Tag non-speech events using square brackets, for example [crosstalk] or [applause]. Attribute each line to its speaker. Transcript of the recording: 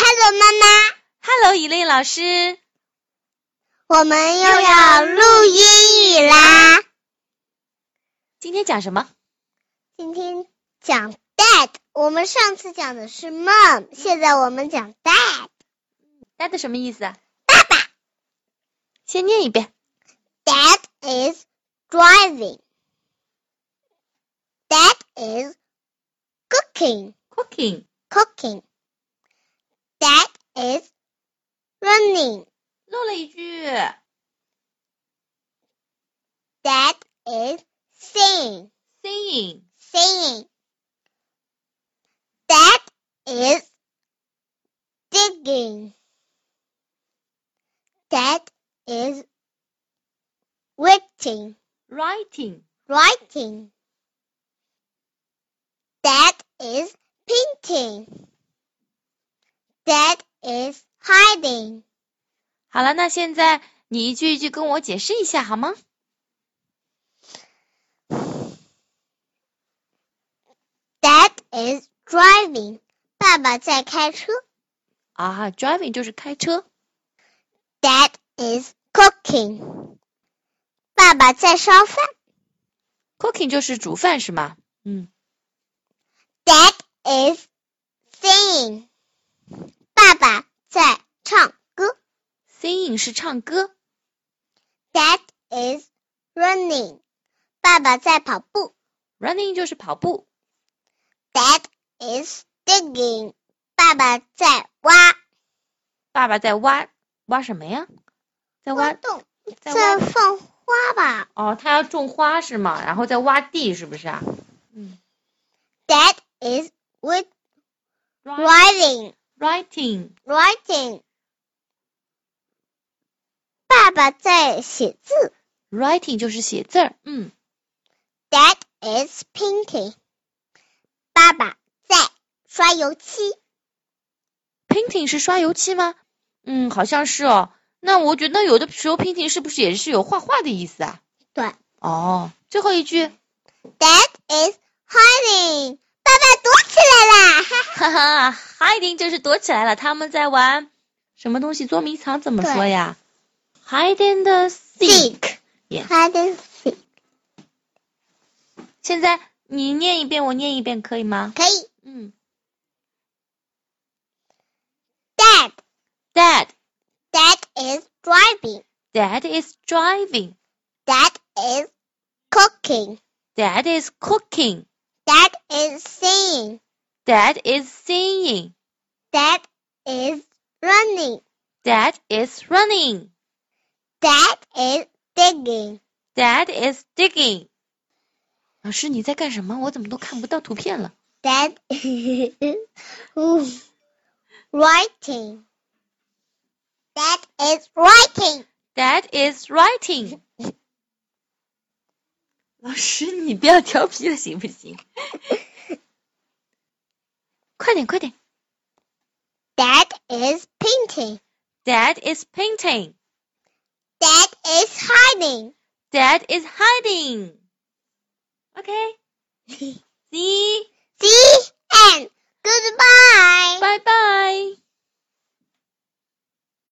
Speaker 1: 妈妈，
Speaker 2: Hello，以丽老师，
Speaker 1: 我们又要录英语啦。
Speaker 2: 今天讲什么？
Speaker 1: 今天讲 dad，我们上次讲的是 mom，现在我们讲 dad。
Speaker 2: dad 什么意思啊？爸爸。先念一遍。
Speaker 1: Dad is driving. Dad is cooking,
Speaker 2: Cooking,
Speaker 1: cooking. Dad is running.
Speaker 2: 漏了一句。
Speaker 1: Dad is singing.
Speaker 2: Singing,
Speaker 1: singing. That is digging. That is writing,
Speaker 2: writing,
Speaker 1: writing. That is painting. That is hiding.
Speaker 2: 好了，那现在你一句一句跟我解释一下好吗？
Speaker 1: That is driving. 爸爸在开车。
Speaker 2: 啊，driving 就是开车。
Speaker 1: That is cooking. 爸爸在烧饭。
Speaker 2: Cooking 就是煮饭是吗？嗯
Speaker 1: Dad is singing。爸爸在唱歌。
Speaker 2: ，singing 是唱歌。
Speaker 1: Dad is running。爸爸在跑步。
Speaker 2: Running 就是跑步。
Speaker 1: Dad is digging。爸爸在挖
Speaker 2: 爸爸在挖挖什么呀？在
Speaker 1: 挖
Speaker 2: 挖
Speaker 1: 洞，
Speaker 2: 在
Speaker 1: 在
Speaker 2: 挖
Speaker 1: 放花吧。
Speaker 2: 哦，他要种花是吗？然后再挖地是不是啊？嗯
Speaker 1: Dad is with
Speaker 2: ，writing
Speaker 1: writing。
Speaker 2: writing
Speaker 1: Writing。爸爸在写字。
Speaker 2: writing 就是写字儿。嗯
Speaker 1: Dad is painting。爸爸在刷油漆。
Speaker 2: ，painting 是刷油漆吗？嗯，好像是哦。那我觉得有的时候 painting 是不是也是有画画的意思啊？
Speaker 1: 对。
Speaker 2: 哦，最后一句，
Speaker 1: That is hiding。爸爸躲起来啦！ [laughs] 哈哈
Speaker 2: 哈哈，hiding 就是躲起来了。他们在玩什么东西捉迷藏？怎么说呀？Hide and seek。Yes
Speaker 1: Hiding seek
Speaker 2: 现在你念一遍，我念一遍，可以吗？
Speaker 1: 可以。
Speaker 2: 嗯
Speaker 1: Dad
Speaker 2: ，Dad
Speaker 1: that is driving.
Speaker 2: Dad is driving.
Speaker 1: That is cooking.
Speaker 2: Dad is cooking.
Speaker 1: That is singing.
Speaker 2: Dad is singing.
Speaker 1: That is running.
Speaker 2: Dad is running.
Speaker 1: That is digging.
Speaker 2: Dad is digging. 老师，你在干什么？我怎么都看不到图片了。
Speaker 1: That [laughs] is writing. That is writing.
Speaker 2: Dad is writing. 老师，你不要调皮了，行不 [laughs] 行？快点，快点。
Speaker 1: That is painting.
Speaker 2: Dad is painting.
Speaker 1: That is hiding. [laughs]
Speaker 2: Dad is hiding. OK. See.
Speaker 1: See and goodbye.
Speaker 2: Bye bye.